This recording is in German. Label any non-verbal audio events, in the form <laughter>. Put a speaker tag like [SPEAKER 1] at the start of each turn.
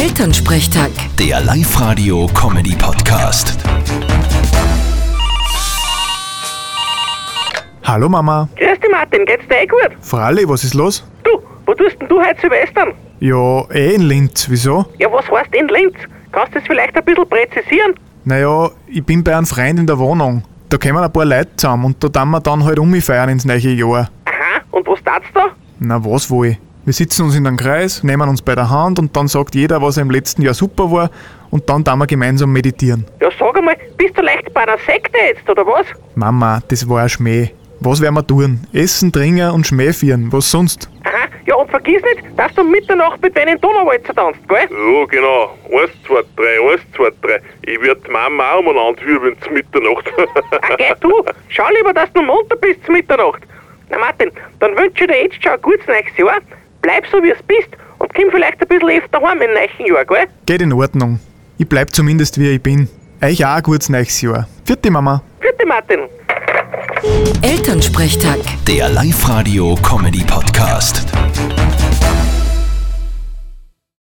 [SPEAKER 1] Elternsprechtag.
[SPEAKER 2] Der Live-Radio-Comedy-Podcast.
[SPEAKER 3] Hallo Mama.
[SPEAKER 4] Grüß dich Martin, geht's dir eh gut?
[SPEAKER 3] Fralli, was ist los?
[SPEAKER 4] Du, wo tust denn du heute Silvestern?
[SPEAKER 3] Ja, eh in Linz. Wieso?
[SPEAKER 4] Ja, was heißt in Linz? Kannst du das vielleicht ein bisschen präzisieren?
[SPEAKER 3] Naja, ich bin bei einem Freund in der Wohnung. Da kommen ein paar Leute zusammen und da dann wir dann halt umfeiern ins neue Jahr.
[SPEAKER 4] Aha, und was tat's da?
[SPEAKER 3] Na was wohl? Wir sitzen uns in einem Kreis, nehmen uns bei der Hand und dann sagt jeder, was er im letzten Jahr super war und dann dann wir gemeinsam meditieren.
[SPEAKER 4] Ja, sag einmal, bist du leicht bei einer Sekte jetzt, oder was?
[SPEAKER 3] Mama, das war ein Schmäh. Was werden wir tun? Essen, trinken und Schmäh führen. Was sonst?
[SPEAKER 4] Aha, ja und vergiss nicht, dass du um Mitternacht mit denen Donauwalzer tanzt, gell? <laughs>
[SPEAKER 5] Ja, genau. Eins, zwei, drei, eins, zwei, drei. Ich werd die Mama auch umeinander wirbeln zu Mitternacht. <laughs>
[SPEAKER 4] Ah, geh du, schau lieber, dass du munter bist zur Mitternacht. Na Martin, dann wünsche ich dir jetzt schon ein gutes neues Jahr. Bleib so, wie es bist und komm vielleicht ein bisschen öfter heim im nächsten Jahr, gell?
[SPEAKER 3] Geht in Ordnung. Ich bleib zumindest wie ich bin. Euch auch ein gutes neues Jahr. Vierte Mama.
[SPEAKER 4] Vierte Martin.
[SPEAKER 1] Elternsprechtag.
[SPEAKER 2] Der Live-Radio-Comedy-Podcast.